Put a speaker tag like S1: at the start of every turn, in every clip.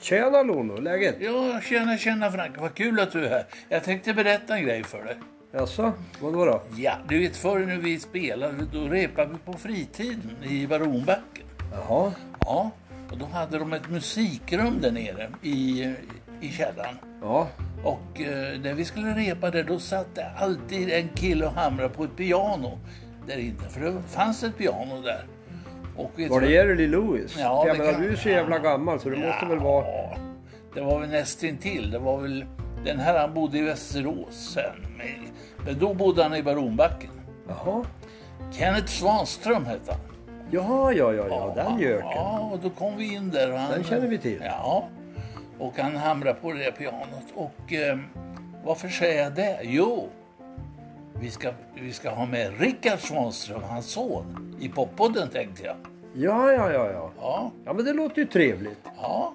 S1: Tjena Lono, läget?
S2: Ja, tjena, tjena Frank. Vad kul att du är här. Jag tänkte berätta en grej för dig.
S1: Jaså, vadå då?
S2: Ja, du vet förr när vi spelade, då repade vi på fritiden i Baronbacken.
S1: Jaha,
S2: Ja, och då hade de ett musikrum där nere i, i källaren.
S1: ja.
S2: Och eh, när vi skulle repa där, då satt det alltid en kille och hamrade på ett piano där inne. För det fanns ett piano där. Och vet
S1: Var
S2: du
S1: det
S2: vad-
S1: Jerry Lewis?
S2: Ja,
S1: jag
S2: det
S1: menar,
S2: kan-
S1: du är så jävla gammal så du måste väl vara...
S2: Ja, Det var väl nästintill. Det var väl... Den här han bodde i Västerås sen. Men- Men då bodde han i Baronbacken.
S1: Jaha.
S2: Kenneth Svanström hette han.
S1: Ja, ja, ja, ja, den göken.
S2: Ja, och då kom vi in där. Och han,
S1: Den känner vi till.
S2: Ja. Och han hamrade på det där pianot. Och eh, varför säger jag det? Jo, vi ska, vi ska ha med Rickard Svanström, hans son, i poppodden tänkte jag.
S1: Ja, ja, ja, ja.
S2: Ja,
S1: Ja, men det låter ju trevligt.
S2: ja.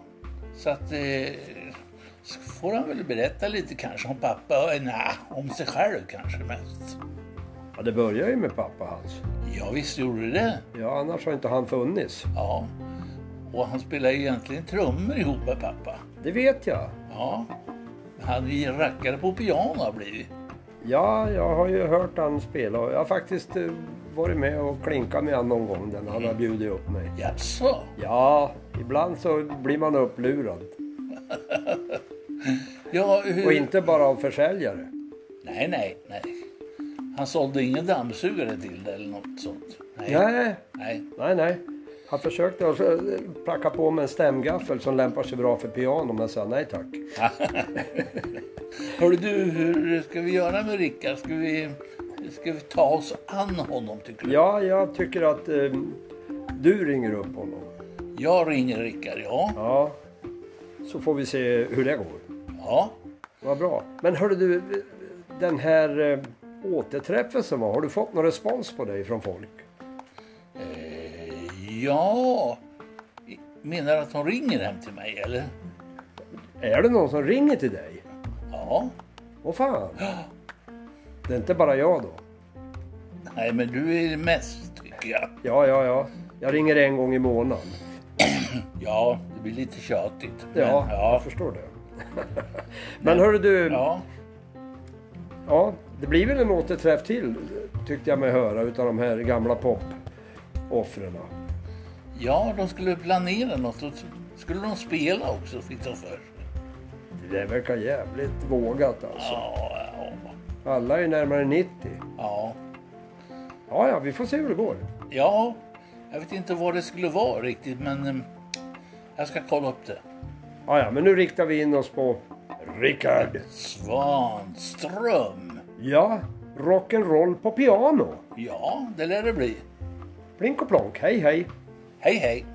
S2: Så att... Eh, så får han väl berätta lite kanske om pappa. Eh, Nej, om sig själv kanske mest.
S1: Ja, det börjar ju med pappa hans.
S2: Ja, visst gjorde det det.
S1: Ja, annars har inte han funnits.
S2: Ja. Och han spelar ju egentligen trummor ihop med pappa.
S1: Det vet jag.
S2: Ja, han är rackare på piano har blivit.
S1: Ja, jag har ju hört han spela och jag har faktiskt eh, varit med och klinkat med han någon gång den han
S2: Mm.
S1: har bjudit upp mig.
S2: Jaså?
S1: Ja, ibland så blir man upplurad.
S2: Ja,
S1: Och
S2: hur...
S1: inte bara av försäljare.
S2: Nej, nej, nej. Han sålde ingen dammsugare till dig eller något sånt? Nej.
S1: Nej,
S2: nej.
S1: nej, nej. Han försökte att eh, pracka på mig en stämgaffel som lämpar sig bra för piano, men jag sa nej tack.
S2: Hörru du, hur ska vi göra med Rickard? Ska vi, ska vi ta oss an honom tycker du?
S1: Ja, jag tycker att eh, du ringer upp honom.
S2: Jag ringer Rickard, ja.
S1: Ja, så får vi se hur det går.
S2: Ja.
S1: Vad bra. Men hörru du, eh, den här eh, återträffen som var, har du fått någon respons på dig från folk?
S2: Eh, ja. Menar du att hon ringer hem till mig eller?
S1: Är det någon som ringer till dig?
S2: Ja.
S1: Åh fan! Det är inte bara jag då?
S2: Nej, men du är mest tycker jag.
S1: Ja, ja, ja. Jag ringer en gång i månaden.
S2: Ja, det blir lite tjatigt. Men,
S1: Ja,
S2: ja.
S1: jag förstår det. Men hörru du, ja.
S2: Ja,
S1: det blir väl en återträff till tyckte jag mig höra utav de här gamla popoffren.
S2: ja, de skulle planera något och så skulle de spela också fick de för sig.
S1: Det där verkar jävligt vågat alltså.
S2: Ja, ja,
S1: Alla är närmare 90.
S2: ja.
S1: Ja, ja, vi får se hur det går.
S2: Ja, jag vet inte vad det skulle vara riktigt men eh, jag ska kolla upp det.
S1: Ja, ja, men nu riktar vi in oss på Rickard.
S2: Svanström.
S1: Ja, rock'n'roll på piano.
S2: Ja, det lär det bli.
S1: Plink och plonk, hej hej.
S2: Hej, hej.